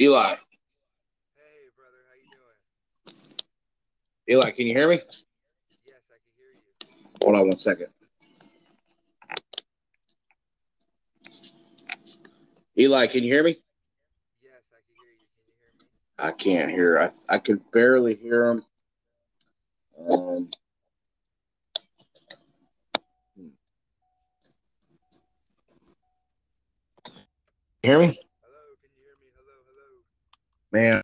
Eli, Hey, brother, how you doing? Eli, can you hear me? Yes, I can hear you. Hold on one second. Eli, can you hear me? Yes, I can hear you. Can you hear me? I can't hear. I, I can barely hear him. Um, hmm. hear me? Hello, can you hear me? Hello, hello. Man,